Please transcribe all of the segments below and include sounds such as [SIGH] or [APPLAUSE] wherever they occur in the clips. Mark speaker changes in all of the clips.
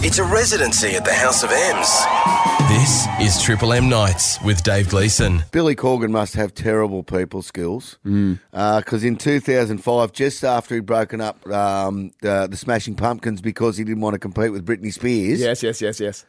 Speaker 1: It's a residency at the House of M's.
Speaker 2: This is Triple M Nights with Dave Gleason.
Speaker 3: Billy Corgan must have terrible people skills
Speaker 4: Mm.
Speaker 3: because in 2005, just after he'd broken up um, the, the Smashing Pumpkins because he didn't want to compete with Britney Spears,
Speaker 4: Yes, yes, yes, yes.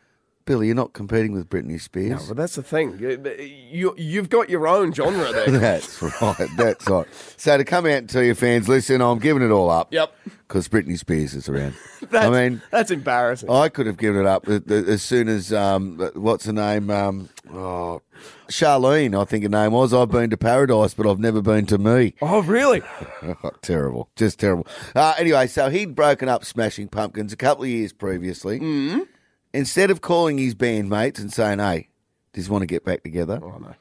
Speaker 3: Billy, you're not competing with Britney
Speaker 4: No,
Speaker 3: Spears.
Speaker 4: but that's the thing. You, you, you've got your own genre
Speaker 3: [LAUGHS]
Speaker 4: there.
Speaker 3: that's right. That's right. So to come out and tell your fans, listen, I'm giving it all up.
Speaker 4: Yep.
Speaker 3: Because Britney Spears is around.
Speaker 4: [LAUGHS] That's,
Speaker 3: I mean,
Speaker 4: that's embarrassing.
Speaker 3: I could have given it up as- as soon as um, what's her name? Um, oh, Charlene, I think her name was. I've been to paradise, but I've never been to me.
Speaker 4: oh, really?
Speaker 3: [LAUGHS] terrible, just terrible. Uh, anyway, so he'd broken up Smashing Pumpkins a couple of years previously. Mm. Instead of calling his bandmates and saying, "Hey, just want to get back together,"
Speaker 4: Oh, no.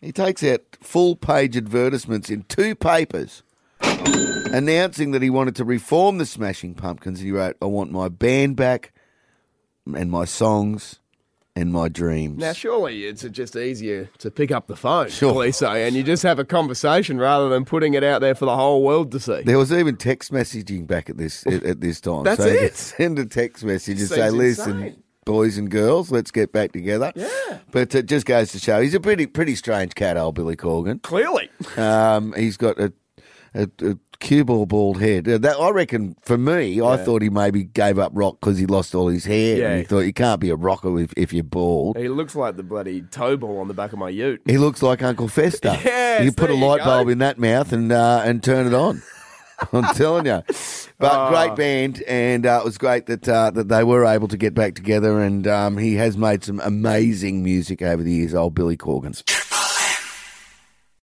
Speaker 3: he takes out full-page advertisements in two papers. Announcing that he wanted to reform the Smashing Pumpkins, he wrote, I want my band back and my songs and my dreams.
Speaker 4: Now, surely it's just easier to pick up the phone,
Speaker 3: Sure.
Speaker 4: police say, and you just have a conversation rather than putting it out there for the whole world to see.
Speaker 3: There was even text messaging back at this at, at this time.
Speaker 4: That's
Speaker 3: so you
Speaker 4: it.
Speaker 3: could Send a text message and
Speaker 4: Seems
Speaker 3: say, "Listen,
Speaker 4: insane.
Speaker 3: boys and girls, let's get back together." Yeah. But it just goes to show he's a pretty pretty strange cat, old Billy Corgan.
Speaker 4: Clearly.
Speaker 3: Um, he's got a a, a cue ball bald head. Uh, That I reckon for me, I thought he maybe gave up rock because he lost all his hair.
Speaker 4: Yeah.
Speaker 3: And he thought you can't be a rocker if, if you're bald.
Speaker 4: He looks like the bloody toe ball on the back of my ute.
Speaker 3: He looks like Uncle Fester.
Speaker 4: [LAUGHS] Yes,
Speaker 3: you put a
Speaker 4: there you
Speaker 3: light
Speaker 4: go.
Speaker 3: bulb in that mouth and uh, and turn it
Speaker 4: [LAUGHS]
Speaker 3: on. I'm telling you. But
Speaker 4: Oh.
Speaker 3: great band, and uh, it was great that uh, that they were able to get back together. And um, he has made some amazing music over the years. Old Billy Corgan.